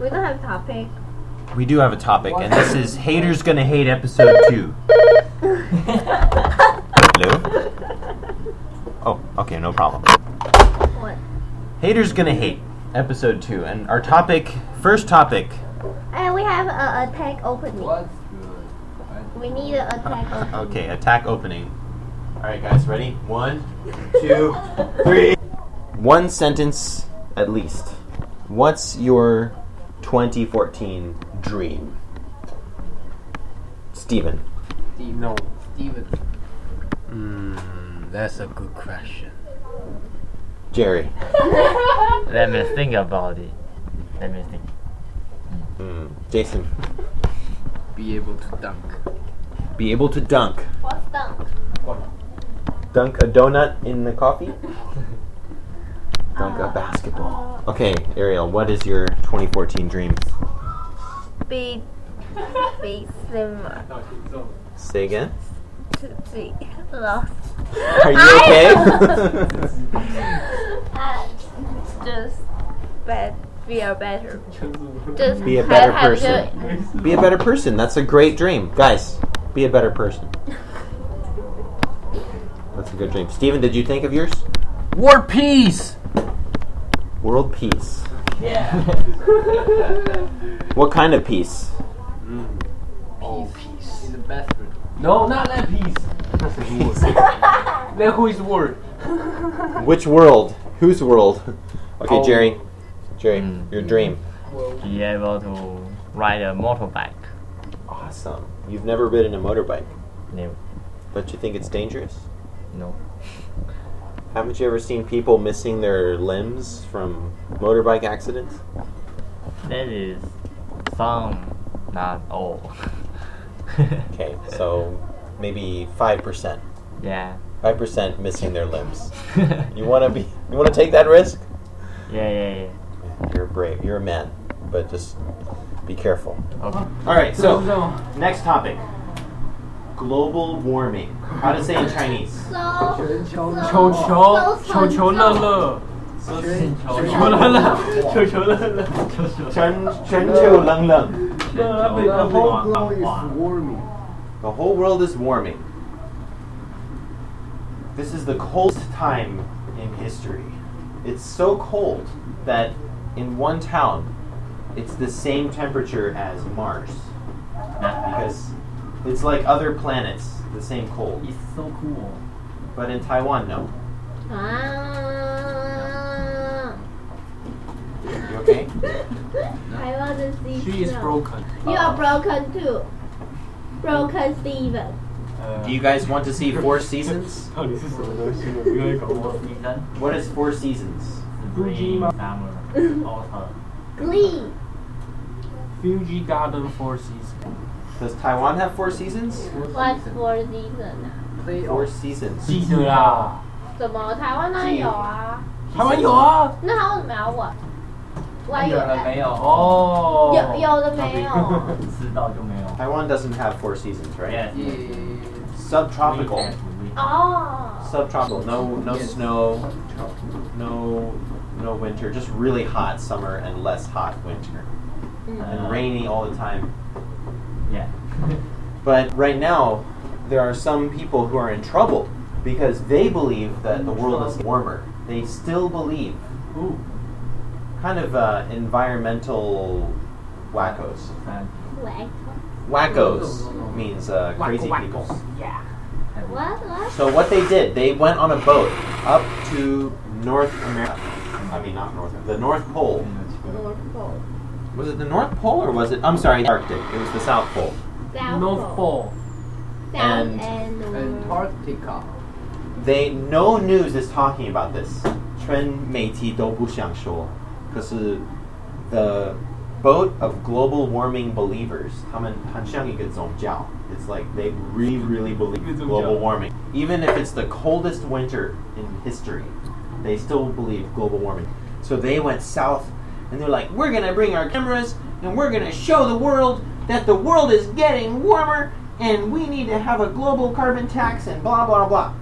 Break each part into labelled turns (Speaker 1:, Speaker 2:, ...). Speaker 1: We don't have topic.
Speaker 2: We do have a topic, and this is Haters Gonna Hate Episode 2. Hello? Oh, okay, no problem.
Speaker 1: what?
Speaker 2: Haters Gonna Hate Episode 2, and our topic, first topic,
Speaker 1: And we have a attack opening.
Speaker 3: What's good? I-
Speaker 1: We need an attack opening.
Speaker 2: Uh, okay, attack opening. Alright, guys, ready? One, two, three. One sentence at least. What's your 2014 dream? Steven.
Speaker 3: Steven. No. Steven.
Speaker 4: Hmm, that's a good question.
Speaker 2: Jerry.
Speaker 4: Let me think about it. Let me think.
Speaker 2: Mm. Jason.
Speaker 3: Be able to dunk.
Speaker 2: Be able to dunk.
Speaker 1: What's dunk?
Speaker 2: Dunk a donut in the coffee? Dunk a basketball. Okay, Ariel, what is your 2014 dream?
Speaker 1: Be be similar
Speaker 2: Say again.
Speaker 1: to be lost.
Speaker 2: Are you okay?
Speaker 1: And Uh, just bet be a better. Just
Speaker 2: Be a
Speaker 1: have-
Speaker 2: better
Speaker 1: have
Speaker 2: person.
Speaker 1: your-
Speaker 2: be a better person. That's a great dream. Guys, be a better person. That's a good dream. Steven, did you think of yours?
Speaker 4: War peace.
Speaker 2: World peace. Yeah. what kind of peace?
Speaker 3: Oh, peace. He's the best. No, not that peace. That's a word. that who is word?
Speaker 2: Which world? Whose world? Okay,
Speaker 3: Oh.
Speaker 2: Jerry. Jerry,
Speaker 4: Mm.
Speaker 2: your dream.
Speaker 4: Be able to ride a motorbike.
Speaker 2: Awesome. You've never ridden a motorbike.
Speaker 4: No,
Speaker 2: Don't you think it's dangerous?
Speaker 4: no.
Speaker 2: Haven't you ever seen people missing their limbs from motorbike accidents?
Speaker 4: That is some, not all.
Speaker 2: Okay, so maybe five percent.
Speaker 4: yeah.
Speaker 2: Five percent missing their limbs.
Speaker 4: yeah,
Speaker 2: You wanna be you wanna take that risk?
Speaker 4: yeah, yeah.
Speaker 2: You're brave, you're a man. But just be careful.
Speaker 4: Okay.
Speaker 2: Alright,
Speaker 3: no.
Speaker 2: next topic. Global warming. How to say in Chinese.
Speaker 1: So
Speaker 3: 求求求求求乐乐，求求乐乐，求求乐乐，求求
Speaker 2: The
Speaker 3: The whole
Speaker 5: glow is warming.
Speaker 2: whole world is warming. This is the coldest time in history. It's so cold that in one town, it's the same temperature as Mars. Because it's like other planets, the same cold.
Speaker 3: It's so cool.
Speaker 2: But in Taiwan, no.
Speaker 1: Ah.
Speaker 2: You okay?
Speaker 1: I want to see.
Speaker 3: She is
Speaker 1: snow.
Speaker 3: broken.
Speaker 1: You are broken too. Broken Steven.
Speaker 2: Do you guys want to see Four Seasons?
Speaker 3: 到底是什么东西？我不要搞我。
Speaker 2: What is Four Seasons?
Speaker 3: Fuji
Speaker 1: Glee.
Speaker 3: Fuji Garden Four Seasons.
Speaker 2: Does Taiwan have Four Seasons?
Speaker 1: What's for season 啊？
Speaker 2: Four Seasons.
Speaker 3: 记得啦，
Speaker 1: 怎么台湾哪有啊？
Speaker 3: 台湾有啊。
Speaker 1: 那他为什么要问？万一
Speaker 6: 有了没有？
Speaker 3: 哦。
Speaker 1: 有有的没有？
Speaker 6: 知道就没有。
Speaker 2: Taiwan doesn't have Four Seasons, right?
Speaker 6: Yes.
Speaker 2: Subtropical.
Speaker 1: 哦，
Speaker 2: Subtropical. No, no
Speaker 3: Yes.
Speaker 2: snow. No, no winter. Just really hot summer and less hot winter.
Speaker 1: Mm.
Speaker 4: Uh, Uh-huh.
Speaker 2: And rainy all the time.
Speaker 6: Yeah.
Speaker 2: But right now, there are some people who are in trouble because they believe that the world is warmer. They still believe.
Speaker 3: Ooh.
Speaker 2: Kind of uh, environmental wackos.
Speaker 6: 嗯，
Speaker 1: 喂
Speaker 2: Wackos means uh, crazy people.
Speaker 1: ，what what？
Speaker 2: So what they did, they went on a boat up to North America. I mean, not North America, the North Pole.
Speaker 1: North Pole,
Speaker 2: Was it the North Pole or was it? I'm sorry, the Arctic. It was the South Pole.
Speaker 1: South
Speaker 3: North
Speaker 1: Pole,
Speaker 3: Pole.
Speaker 1: South
Speaker 2: and-
Speaker 1: and North.
Speaker 3: Antarctica.
Speaker 2: They no news is talking about this. 全媒体都不想说。可是 the boat of global warming believers. 他们很像一个宗教. It's like they really, really believe
Speaker 3: 一个宗教。
Speaker 2: global warming. Even if it's the coldest winter in history, they still believe global warming. So they went south and they're like, we're gonna bring our cameras and we're gonna show the world that the world is getting warmer and we need to have a global carbon tax and blah blah blah.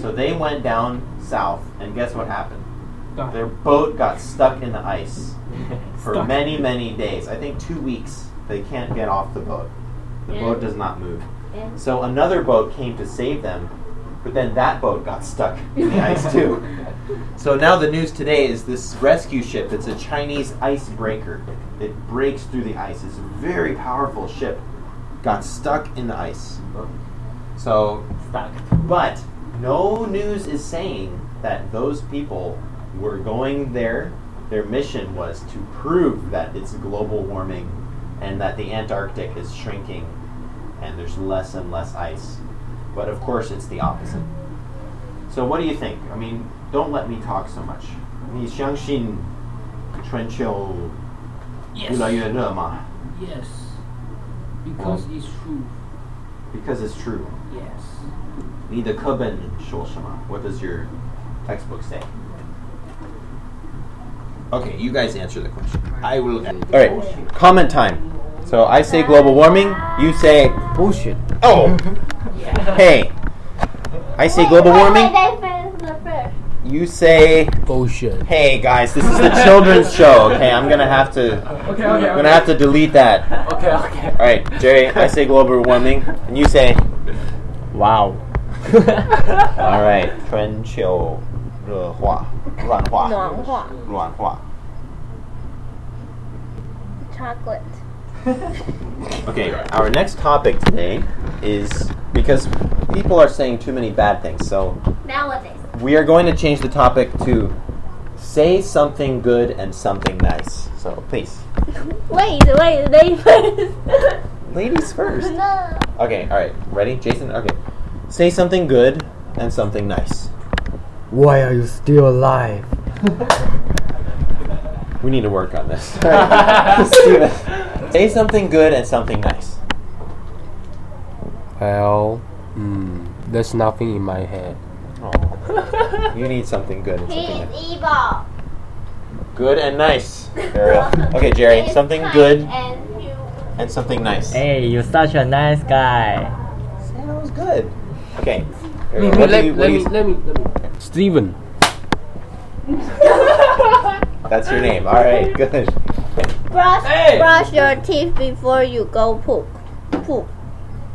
Speaker 2: So they went down south and guess what happened?
Speaker 3: Got
Speaker 2: Their boat got stuck in the ice for
Speaker 3: Stuck.
Speaker 2: many, many days. I think two weeks. They can't get off the boat. The boat
Speaker 1: Yeah.
Speaker 2: does not move.
Speaker 1: And
Speaker 2: So another boat came to save them, but then that boat got stuck in the ice too. So now the news today is this rescue ship. It's a Chinese icebreaker. It breaks through the ice. It's a very powerful ship. Got stuck in the ice. So,
Speaker 6: Stuck.
Speaker 2: but no news is saying that those people were going there. Their mission was to prove that it's global warming and that the Antarctic is shrinking and there's less and less ice. But of course, it's the opposite. So, what do you think? I mean, don't let me talk so much. 你相信全球越来越热吗？
Speaker 3: Yes. Yes. Because it's true.
Speaker 2: Because it's true.
Speaker 3: Yes.
Speaker 2: 你的课本说什么? What does your textbook say? Okay, you guys answer the question. I will. All right, comment time. So I say global warming. You say bullshit. Oh, hey. I say global
Speaker 1: Wait, wait,
Speaker 2: warming.
Speaker 1: Wait, they finish the first.
Speaker 2: You say bullshit. Hey guys, this is the children's show. Okay, I'm gonna have to.
Speaker 3: Okay, okay,
Speaker 2: I'm gonna have to delete that.
Speaker 3: Okay, okay.
Speaker 2: All right, Jerry. I say global warming, and you say, wow. All right, uh, 全球热化，软化，
Speaker 1: 暖化。
Speaker 2: 软化。
Speaker 1: Chocolate.
Speaker 2: Okay, our next topic today is because people are saying too many bad things, so
Speaker 1: Nowadays.
Speaker 2: we are going to change the topic to say something good and something nice. So please,
Speaker 1: Wait, wait, they first.
Speaker 2: ladies first.
Speaker 1: no.
Speaker 2: Okay, all right, ready, Jason? Okay, say something good and something nice.
Speaker 5: Why are you still alive?
Speaker 2: We need to work on this. All right. Steven, say something good and something nice.
Speaker 3: Well,
Speaker 7: Hmm,
Speaker 3: mm, there's nothing in my head.
Speaker 2: Oh, you need something good and
Speaker 1: He
Speaker 2: something
Speaker 1: is
Speaker 2: nice.
Speaker 1: evil.
Speaker 2: Good and nice. There we go. Okay, Jerry,
Speaker 1: He is
Speaker 2: something
Speaker 1: kind
Speaker 2: good
Speaker 1: And human.
Speaker 2: and something nice.
Speaker 4: Hey, you're such a nice guy.
Speaker 2: See, that was good. Okay. There we go.
Speaker 3: Let me,
Speaker 2: What do
Speaker 3: let,
Speaker 2: you- what
Speaker 3: let
Speaker 2: do
Speaker 3: me,
Speaker 2: you-
Speaker 3: let me, let me. Steven.
Speaker 2: That's your name. All right, good.
Speaker 1: Brush,
Speaker 3: Hey!
Speaker 1: brush your teeth before you go poop. Poop.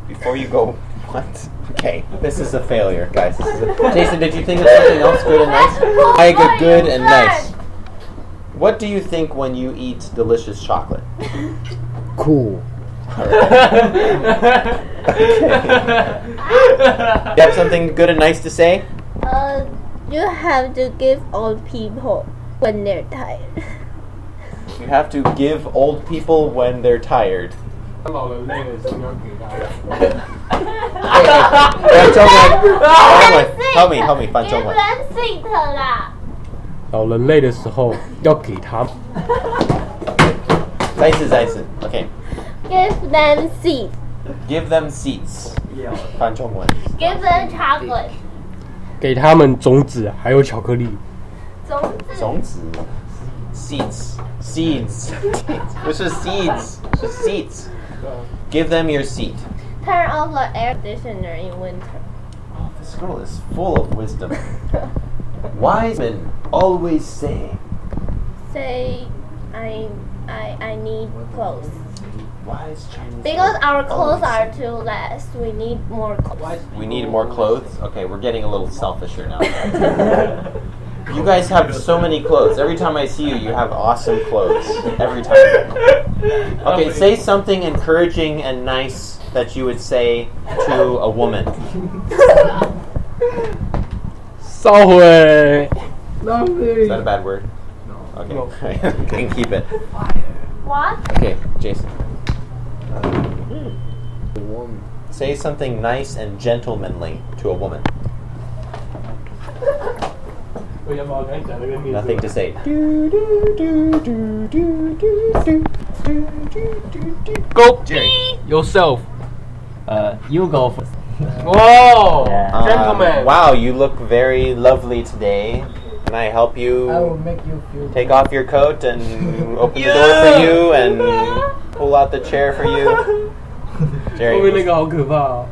Speaker 2: Before you go, what? Okay, this is a failure, guys. This is a... Jason, did you think of something else good and nice? I got good and nice. What do you think when you eat delicious chocolate?
Speaker 5: Cool.
Speaker 2: All right. You have something good and nice to say?
Speaker 1: Uh, you have to give old people when they're tired.
Speaker 2: You have to give old people when they're tired. 翻中文，翻中文，help me help me 翻中文。
Speaker 3: 老人累的时候要给他
Speaker 2: 再一次，再一次，OK。
Speaker 1: Give them seat.
Speaker 2: Give them seats.
Speaker 6: 要
Speaker 2: 翻中文。
Speaker 1: Give them chocolate.
Speaker 3: 给他们种子还有巧克力。
Speaker 2: Seats. Seeds. Which is seeds. It's just seats. Give them your seat.
Speaker 1: Turn off the air conditioner in winter.
Speaker 2: Oh, this girl is full of wisdom. Wise men always say.
Speaker 1: Say, I, I, I need clothes.
Speaker 2: Wise Chinese.
Speaker 1: Because
Speaker 2: men
Speaker 1: our clothes are
Speaker 2: always
Speaker 1: too less, we need more clothes.
Speaker 2: say. We need more clothes. Okay, we're getting a little selfish here now. You guys have so many clothes. Every time I see you, you have awesome clothes. Every time. Okay, say something encouraging and nice that you would say to a woman.
Speaker 3: 烧毁。
Speaker 2: Is that a bad word?
Speaker 6: No.
Speaker 2: Okay.
Speaker 3: No.
Speaker 2: Can keep it.
Speaker 1: What?
Speaker 2: Okay, Jason. Say something nice and gentlemanly to a woman. Nothing to say.
Speaker 3: Go yourself.
Speaker 6: Uh, you go first.
Speaker 3: Whoa,
Speaker 6: Yeah.
Speaker 2: Um,
Speaker 3: gentlemen.
Speaker 2: wow, you look very lovely today. Can I help you?
Speaker 5: I will make you feel
Speaker 2: take off your coat and open the door
Speaker 3: Yeah.
Speaker 2: for you and pull out the chair for you. Jerry,
Speaker 3: 后面那个好可怕、哦，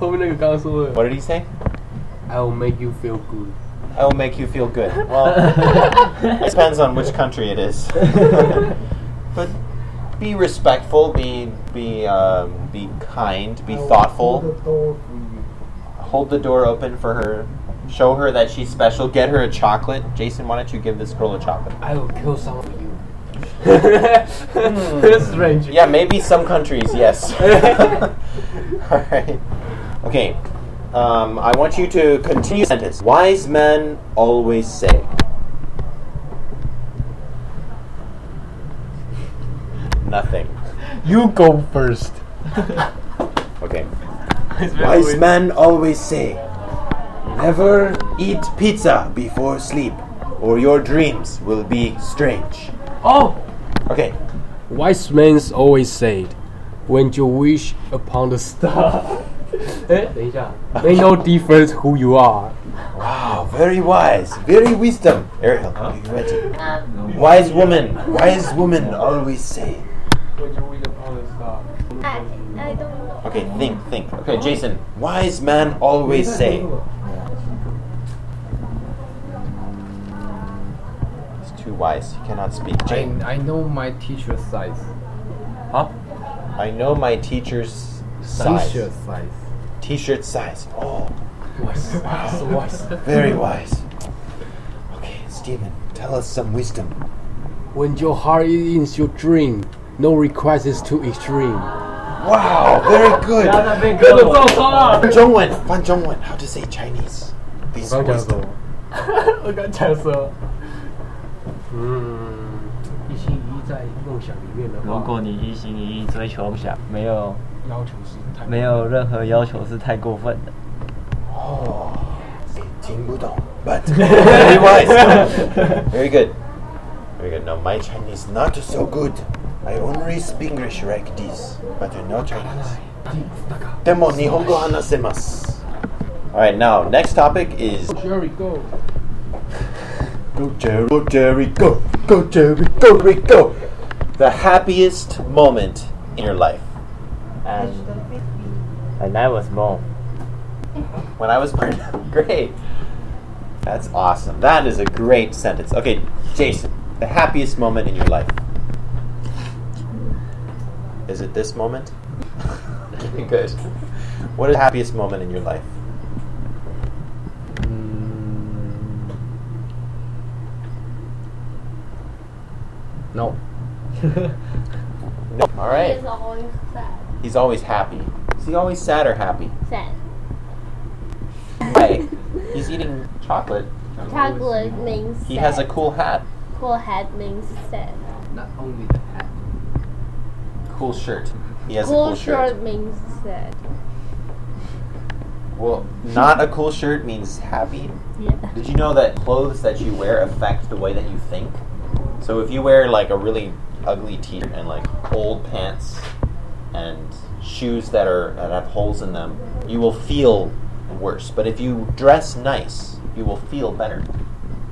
Speaker 3: 后面那个刚刚说的
Speaker 2: what did he say?
Speaker 3: ，I will make you feel good。
Speaker 2: I will make you feel good. Well, it depends on which country it is. but be respectful. Be be um, be kind. Be
Speaker 5: Hold
Speaker 2: thoughtful.
Speaker 5: the door for you.
Speaker 2: Hold the door open for her. Show her that she's special. Get her a chocolate. Jason, why don't you give this girl a chocolate?
Speaker 3: I will kill someone for you. That's strange.
Speaker 2: Yeah, maybe some countries, yes. Alright. Okay. Um, I want you to continue the sentence. Wise men always say. Nothing.
Speaker 6: You go first.
Speaker 2: Okay.
Speaker 3: It's very
Speaker 2: Wise
Speaker 3: weird.
Speaker 2: men always say, never eat pizza before sleep, or your dreams will be strange.
Speaker 3: Oh!
Speaker 2: Okay.
Speaker 7: Wise men always said, when you wish upon the star, Eh?
Speaker 3: 哎，等一下，
Speaker 7: make no difference who you are.
Speaker 2: Wow, very wise, very wisdom. Ariel, are you ready? Wise woman, wise woman always say.
Speaker 1: I, I don't know.
Speaker 2: Okay, think, think. Okay, Jason. Wise man always say. He's too wise. He cannot speak. Jane,
Speaker 5: I know my teacher's size.
Speaker 2: I know my teacher's size.
Speaker 5: size.
Speaker 2: T-shirt size. Oh,
Speaker 3: Wise. So wise.
Speaker 2: very wise. Okay, Stephen, tell us some wisdom.
Speaker 7: When your heart is in your dream, no request is too extreme.
Speaker 2: Wow, very good.
Speaker 3: 他被哥哥揍伤了。
Speaker 2: 中文, Fan Zhongwen, how to say Chinese? This wisdom.
Speaker 3: 我刚才说， 嗯，
Speaker 7: Hmm.
Speaker 3: 一心一意在梦想里面的
Speaker 4: 如
Speaker 3: 话，
Speaker 4: 果你一心一意追求梦想，
Speaker 6: 没有
Speaker 3: 要求是太
Speaker 6: 没有任何要求是太过分的。
Speaker 2: 听不懂, but very wise. very good. Very good. Now my Chinese not so good. I only speak English like this, but I know Chinese. でも日本語話せます. All right, now next topic is
Speaker 7: Jerry, go.
Speaker 2: Go Jerry, go Jerry, go, go Jerry, go Jerry, go. The happiest moment in your life.
Speaker 4: and and I was born.
Speaker 2: When I was born. great. That's awesome. That is a great sentence. Okay, Jason, the happiest moment in your life. Is it this moment? Okay, Good. What is the happiest moment in your life?
Speaker 5: No.
Speaker 2: No. All right.
Speaker 1: It's always sad.
Speaker 2: He's always happy. Is he always sad or happy?
Speaker 1: Sad.
Speaker 2: Hey, he's eating chocolate.
Speaker 1: Chocolate means sad.
Speaker 2: He has a cool hat,
Speaker 1: cool head means sad.
Speaker 3: Not only the hat.
Speaker 2: cool shirt. He has a
Speaker 1: Cool
Speaker 2: cool shirt.
Speaker 1: shirt means sad.
Speaker 2: Well, not a cool shirt means happy.
Speaker 1: Yeah.
Speaker 2: Did you know that clothes that you wear affect the way that you think? So if you wear like a really ugly t-shirt and like old pants and shoes that are that have holes in them, you will feel worse. But if you dress nice, you will feel better.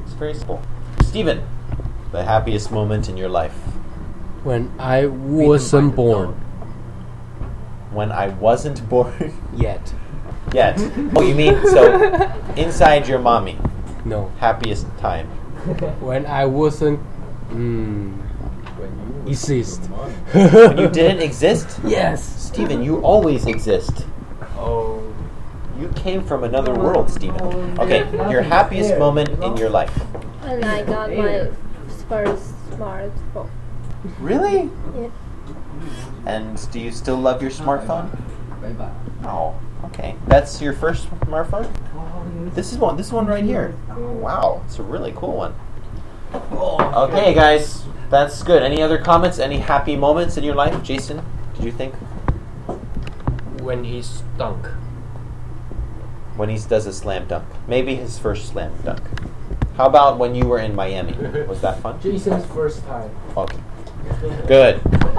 Speaker 2: It's very simple. Steven, the happiest moment in your life
Speaker 7: When I wasn't born
Speaker 2: when I wasn't born
Speaker 7: yet.
Speaker 2: yet. Oh, you mean so inside your mommy,
Speaker 7: No.
Speaker 2: happiest time.
Speaker 7: When I wasn't. Mm, exist.
Speaker 2: When you didn't exist?
Speaker 7: Yes.
Speaker 2: Steven, you always exist.
Speaker 3: Oh.
Speaker 2: You came from another world, Steven. Okay, your happiest moment in your life.
Speaker 1: And I got my first smartphone.
Speaker 2: Really?
Speaker 1: Yeah.
Speaker 2: And do you still love your smartphone?
Speaker 3: Bye bye.
Speaker 2: Oh, okay. That's your first smartphone? This is one. This one right here. Oh, Wow, it's a really cool one. Okay, guys, that's good. Any other comments? Any happy moments in your life, Jason? Did you think
Speaker 3: When he stunk.
Speaker 2: when he does a slam dunk? Maybe his first slam dunk. How about when you were in Miami? Was that fun?
Speaker 3: Jason's first time.
Speaker 2: Okay. Good.